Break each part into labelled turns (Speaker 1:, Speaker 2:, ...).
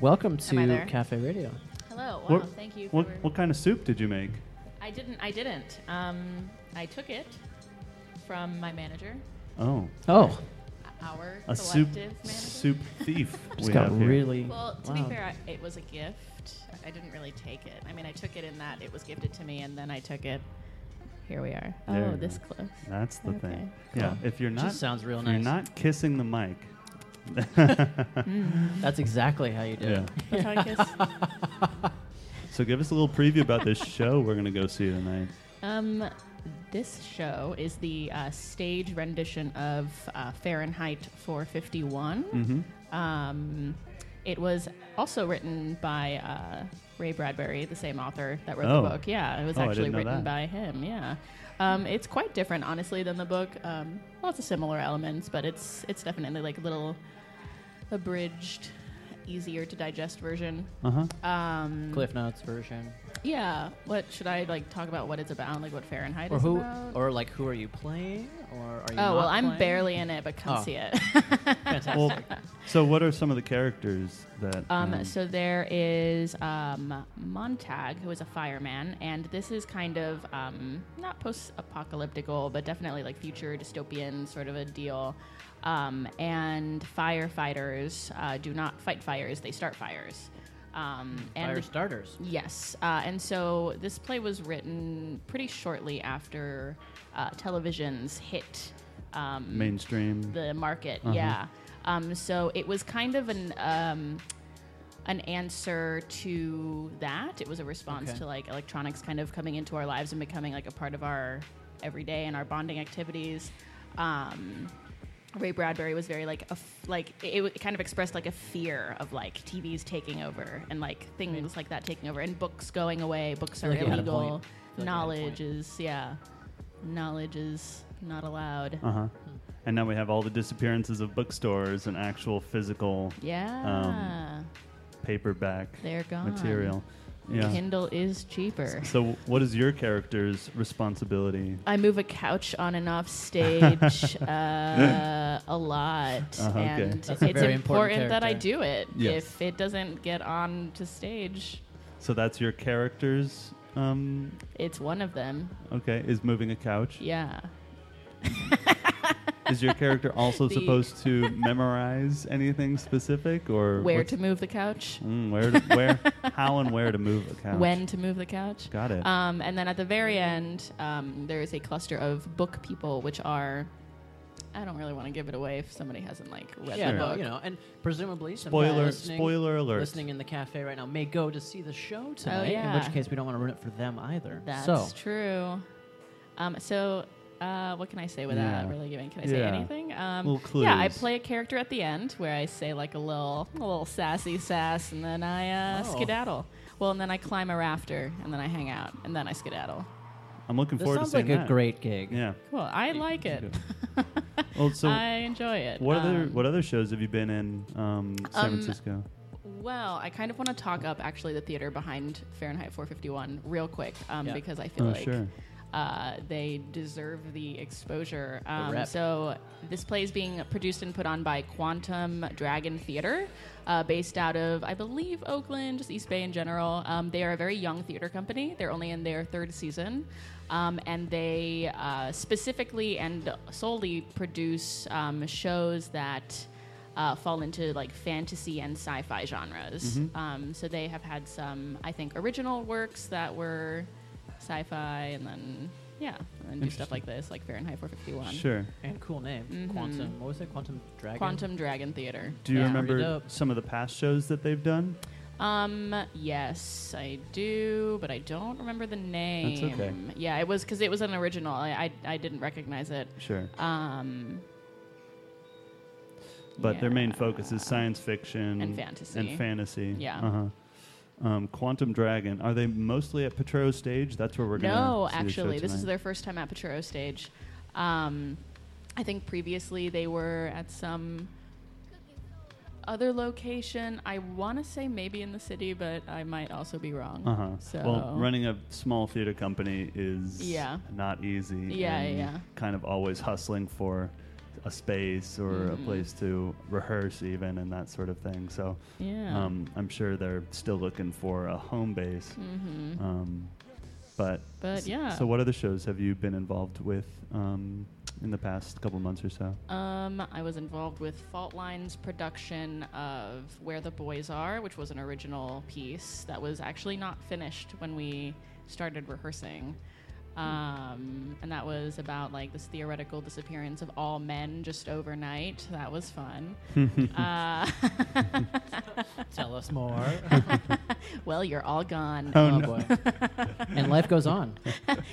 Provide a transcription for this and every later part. Speaker 1: Welcome
Speaker 2: Am I
Speaker 1: to
Speaker 2: there?
Speaker 1: Cafe Radio.
Speaker 2: Hello. Wow.
Speaker 3: What-
Speaker 2: Thank you. For,
Speaker 3: What, what kind of soup did you make?
Speaker 2: I didn't. I didn't. Um, I took it from my manager,
Speaker 3: Oh,
Speaker 1: Oh,
Speaker 2: our
Speaker 3: a soup
Speaker 2: collective manager.
Speaker 3: soup thief.
Speaker 1: it's
Speaker 3: we
Speaker 1: got
Speaker 3: have here.
Speaker 1: really.
Speaker 2: Well, to
Speaker 1: wow.
Speaker 2: be fair, I, it was a gift. I didn't really take it. I mean, I took it in that it was gifted to me, and then I took it. Here we are.
Speaker 3: There
Speaker 2: oh,
Speaker 3: you
Speaker 2: this
Speaker 3: go.
Speaker 2: close.
Speaker 3: That's the thing.
Speaker 1: Cool.
Speaker 3: Yeah, if you're not,
Speaker 1: Just sounds real
Speaker 3: if
Speaker 1: nice.
Speaker 3: you're not kissing the mic.
Speaker 1: That's exactly how you do
Speaker 3: Yeah.
Speaker 1: it.
Speaker 2: That's how I kiss.
Speaker 3: So give us a little preview about this show we're gonna go see tonight.
Speaker 2: um, this show is the uh, stage rendition of uh, Fahrenheit 451.
Speaker 3: Mm-hmm.
Speaker 2: Um, it was also written by uh, Ray Bradbury, the same author that wrote
Speaker 3: Oh.
Speaker 2: the book. Yeah, it was
Speaker 3: Oh, I
Speaker 2: actually
Speaker 3: didn't know
Speaker 2: written
Speaker 3: that.
Speaker 2: by him. Yeah, um, it's quite different, honestly, than the book. Um, lots of similar elements, but it's it's definitely like a little abridged, easier to digest version.
Speaker 3: Uh huh.
Speaker 2: Um,
Speaker 1: Cliff Notes version,
Speaker 2: yeah, what should I like talk about? What it's about? Like what Fahrenheit
Speaker 1: or
Speaker 2: is
Speaker 1: who,
Speaker 2: about?
Speaker 1: or like who are you playing, or are you?
Speaker 2: oh well,
Speaker 1: not
Speaker 2: I'm
Speaker 1: playing?
Speaker 2: barely in it, but come
Speaker 1: Oh.
Speaker 2: see it.
Speaker 3: Well, so what are some of the characters that?
Speaker 2: Um,
Speaker 1: Mm.
Speaker 3: um,
Speaker 2: So there is um, Montag, who is a fireman, and this is kind of um, not post-apocalyptical, but definitely like future dystopian sort of a deal. Um, and firefighters uh, do not fight fires; they start fires. Um, and
Speaker 1: Fire
Speaker 2: the-
Speaker 1: starters.
Speaker 2: Yes, uh, and so this play was written pretty shortly after uh, television's hit. Um,
Speaker 3: mainstream.
Speaker 2: the market.
Speaker 1: Mm-hmm.
Speaker 2: Yeah. Um, so it was kind of an um, an answer to that. It was a response
Speaker 1: Okay.
Speaker 2: to like electronics kind of coming into our lives and becoming like a part of our everyday and our bonding activities. Um, Ray Bradbury was very like a f- like it, it kind of expressed like a fear of like TVs taking over and like things like that taking over and books going away. Books
Speaker 1: Mm. feel
Speaker 2: are
Speaker 1: like you had a
Speaker 2: illegal.
Speaker 1: point. I feel like you had a
Speaker 2: knowledge
Speaker 1: point.
Speaker 2: is yeah, knowledge is not allowed.
Speaker 3: uh huh.
Speaker 1: Hmm.
Speaker 3: And now we have all the disappearances of bookstores and actual physical
Speaker 2: Yeah.
Speaker 3: paperback
Speaker 2: They're gone.
Speaker 3: material. Yeah.
Speaker 2: Kindle is cheaper.
Speaker 3: So what is your character's responsibility?
Speaker 2: I move a couch on and off stage uh, a lot,
Speaker 3: Uh-huh, okay.
Speaker 2: and
Speaker 3: That's
Speaker 1: a
Speaker 2: it's
Speaker 1: very
Speaker 2: important,
Speaker 1: important
Speaker 2: that I
Speaker 1: character.
Speaker 2: do it.
Speaker 3: Yes.
Speaker 2: If it doesn't get on to stage,
Speaker 3: So that's your character's. Um,
Speaker 2: it's one of them.
Speaker 3: okay, is moving a couch.
Speaker 2: Yeah.
Speaker 3: Is your character also
Speaker 2: The-
Speaker 3: supposed to memorize anything specific, or
Speaker 2: where
Speaker 3: what's-
Speaker 2: to move the couch?
Speaker 3: Mm, where to where how and where to move a couch?
Speaker 2: When to move the couch?
Speaker 3: Got it.
Speaker 2: Um, and then at the very end, um, there is a cluster of book people, which are. I don't really want to give it away if somebody hasn't like read
Speaker 1: Yeah,
Speaker 2: the
Speaker 1: no,
Speaker 2: book.
Speaker 1: you know, and presumably some people
Speaker 3: spoiler
Speaker 1: listening,
Speaker 3: spoiler alert.
Speaker 1: listening in the cafe right now may go to see the show tonight. In
Speaker 2: Oh, yeah.
Speaker 1: which case, we don't want to ruin it for them either.
Speaker 2: That's
Speaker 1: so
Speaker 2: true. Um, so, uh, what can I say without
Speaker 3: Yeah.
Speaker 2: really giving? Can I say
Speaker 3: Yeah.
Speaker 2: anything? Um,
Speaker 3: Little
Speaker 2: Yeah, I
Speaker 3: clues.
Speaker 2: play a character at the end where I say like a little, a little sassy sass, and then I uh,
Speaker 1: Oh.
Speaker 2: skedaddle. Well, and then I climb a rafter, and then I hang out, and then I skedaddle.
Speaker 3: I'm looking
Speaker 1: this
Speaker 3: forward
Speaker 1: sounds
Speaker 3: to seeing
Speaker 1: like a
Speaker 3: that.
Speaker 1: great gig.
Speaker 3: Yeah.
Speaker 2: Cool. I like it.
Speaker 3: Well, so
Speaker 2: I enjoy it.
Speaker 3: what other
Speaker 2: Um,
Speaker 3: what other shows have you been in um, San
Speaker 2: Um,
Speaker 3: Francisco?
Speaker 2: Well, I kind of want to talk up actually the theater behind Fahrenheit 451 real quick um,
Speaker 1: Yeah.
Speaker 2: because I feel
Speaker 3: Oh,
Speaker 2: like
Speaker 3: sure.
Speaker 2: uh, they deserve the exposure. Um,
Speaker 1: rep.
Speaker 2: so this play is being produced and put on by Quantum Dragon Theater, uh, based out of I believe Oakland, just East Bay in general. Um, they are a very young theater company. They're only in their third season, um, and they uh, specifically and solely produce um, shows that uh, fall into like fantasy and sci-fi genres. Um, so they have had some, I think, original works that were sci-fi, and then yeah, and then do stuff like this, like Fahrenheit 451,
Speaker 3: Sure.
Speaker 1: And cool name, Quantum. What was it? Quantum Dragon.
Speaker 2: Mm-hmm. Quantum Dragon Theater.
Speaker 3: Do you
Speaker 2: Yeah.
Speaker 1: Pretty
Speaker 3: remember
Speaker 1: dope.
Speaker 3: some of the past shows that they've done?
Speaker 2: Um, yes, I do, but I don't remember the name.
Speaker 3: okay.
Speaker 2: Yeah, it was because it was an original. I, I I didn't recognize it.
Speaker 3: Sure.
Speaker 2: Um,
Speaker 3: But their main
Speaker 2: yeah.
Speaker 3: focus is science fiction
Speaker 2: And fantasy.
Speaker 3: And fantasy.
Speaker 2: Yeah.
Speaker 3: Uh-huh. Um, Quantum Dragon. Are they mostly at Petro stage? That's where we're going to
Speaker 2: no actually this is their first time at Pachero stage um, i think previously they were at some other location i want to say maybe in the city but i might also be wrong
Speaker 3: Uh huh.
Speaker 2: so
Speaker 3: Well, running a small theater company is
Speaker 2: Yeah.
Speaker 3: not easy.
Speaker 2: Yeah,
Speaker 3: and
Speaker 2: yeah.
Speaker 3: Kind of always hustling for a space or a
Speaker 2: Mm-hmm.
Speaker 3: place to rehearse, even and that sort of thing. So
Speaker 2: Yeah.
Speaker 3: um, I'm sure they're still looking for a home base.
Speaker 2: Mm-hmm.
Speaker 3: Um, but
Speaker 2: But
Speaker 3: s-
Speaker 2: yeah.
Speaker 3: So what other shows have you been involved with um, in the past couple months or so?
Speaker 2: Um, I was involved with Fault Line's production of Where the Boys Are, which was an original piece that was actually not finished when we started rehearsing. Um, and that was about like this theoretical disappearance of all men just overnight. That was fun. uh,
Speaker 1: Tell us more.
Speaker 3: Oh,
Speaker 2: well, you're all gone.
Speaker 1: oh, boy. and life goes on.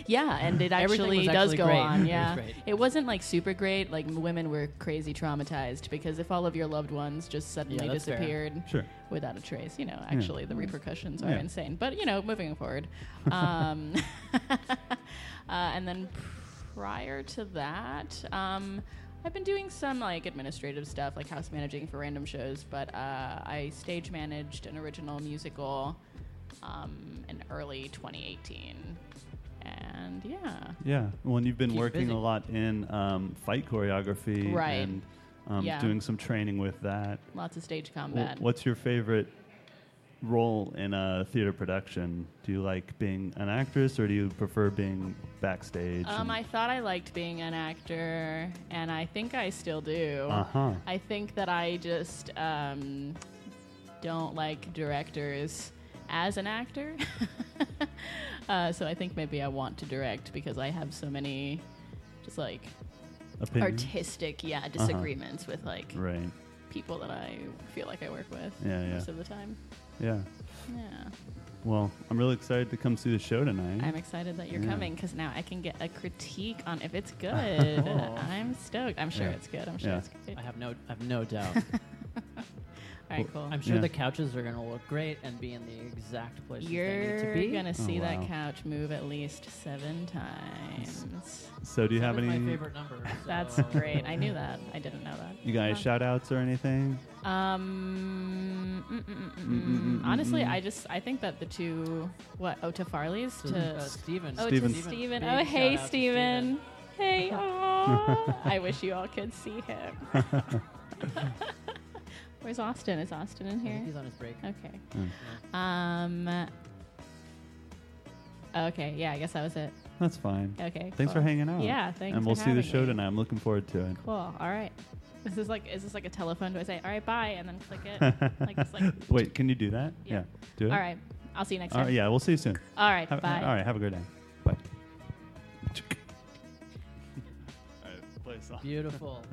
Speaker 2: Yeah, and it
Speaker 1: Everything
Speaker 2: actually
Speaker 1: was
Speaker 2: does
Speaker 1: actually
Speaker 2: go
Speaker 1: great. It
Speaker 2: on.
Speaker 1: was
Speaker 2: Yeah,
Speaker 1: great.
Speaker 2: it, was not like super great. Like m- women were crazy traumatized because if all of your loved ones just suddenly
Speaker 1: that's fair.
Speaker 2: disappeared
Speaker 3: Sure.
Speaker 2: without a trace, you know, actually the repercussions are
Speaker 3: Yeah.
Speaker 2: insane. But you know, moving forward, um, uh, and then prior to that. Um, I've been doing some like administrative stuff, like house managing for random shows, but uh, I stage managed an original musical um, in early 2018. And yeah,
Speaker 3: Yeah. Well, and you've been
Speaker 1: Keep
Speaker 3: working
Speaker 1: busy.
Speaker 3: a lot in um, fight choreography
Speaker 2: Right.
Speaker 3: and um,
Speaker 2: Yeah.
Speaker 3: doing some training with that.
Speaker 2: lots of stage
Speaker 3: Wh-
Speaker 2: combat.
Speaker 3: What's your favorite role in a theater production? Do you like being an actress or do you prefer being backstage?
Speaker 2: Um, I thought I liked being an actor, and I think I still do.
Speaker 3: uh huh.
Speaker 2: I think that I just um, don't like directors as an actor. uh, so I think maybe I want to direct because I have so many just like
Speaker 3: Opinion.
Speaker 2: artistic, yeah, disagreements with like
Speaker 3: Uh-huh. right.
Speaker 2: people that I feel like I work with
Speaker 3: Yeah, yeah.
Speaker 2: most of the time.
Speaker 3: Yeah.
Speaker 2: Yeah.
Speaker 3: Well, I'm really excited to come see the show tonight.
Speaker 2: I'm excited that you're
Speaker 3: Yeah.
Speaker 2: coming because now I can get a critique on if it's good.
Speaker 1: Oh.
Speaker 2: I'm stoked. I'm sure
Speaker 3: Yeah.
Speaker 2: it's good. I'm sure
Speaker 3: Yeah.
Speaker 2: it's good.
Speaker 1: I have no, I have no doubt.
Speaker 2: All right, cool.
Speaker 1: I'm sure
Speaker 3: Yeah.
Speaker 1: the couches are going to look great and be in the exact places
Speaker 2: you're
Speaker 1: they need to be.
Speaker 2: gonna see
Speaker 3: Oh, wow.
Speaker 2: that couch move at least seven times.
Speaker 3: so, do you have
Speaker 1: That was
Speaker 3: any
Speaker 1: My favorite number.
Speaker 2: That's
Speaker 1: so-
Speaker 2: great. I knew that. I didn't know that.
Speaker 3: you guys shout outs or anything?
Speaker 2: Um, mm, mm, mm,
Speaker 3: Mm, mm,
Speaker 2: mm,
Speaker 3: mm,
Speaker 2: mm. honestly,
Speaker 3: mm.
Speaker 2: I just I think that the two what oh to Farley's
Speaker 1: So,
Speaker 2: to
Speaker 1: uh, Steven.
Speaker 2: oh
Speaker 3: Steven.
Speaker 2: to Steven
Speaker 1: Big
Speaker 2: oh hey
Speaker 1: shout out to
Speaker 2: Steven. hey aw. I wish you all could see him. Where's Austin? Is Austin in
Speaker 1: I think
Speaker 2: here?
Speaker 1: he's on his break.
Speaker 2: Okay. Um. Okay. Yeah. I guess that was it.
Speaker 3: That's fine.
Speaker 2: Okay.
Speaker 3: Thanks for
Speaker 2: cool.
Speaker 3: hanging out.
Speaker 2: Yeah. Thanks.
Speaker 3: And we'll
Speaker 2: for
Speaker 3: see the
Speaker 2: having
Speaker 3: show
Speaker 2: me.
Speaker 3: tonight. I'm looking forward to it.
Speaker 2: Cool. All right. This is like is this like a telephone? Do I say all right bye and then click it? like it's like
Speaker 3: Wait, can you do that?
Speaker 2: Yeah.
Speaker 3: Do it.
Speaker 2: all right. I'll see you next
Speaker 3: All
Speaker 2: time.
Speaker 3: right. Yeah. We'll see you soon.
Speaker 2: All right.
Speaker 3: Have-
Speaker 2: bye.
Speaker 3: All right. Have a great day. Bye. All right. Play a song.
Speaker 1: Beautiful.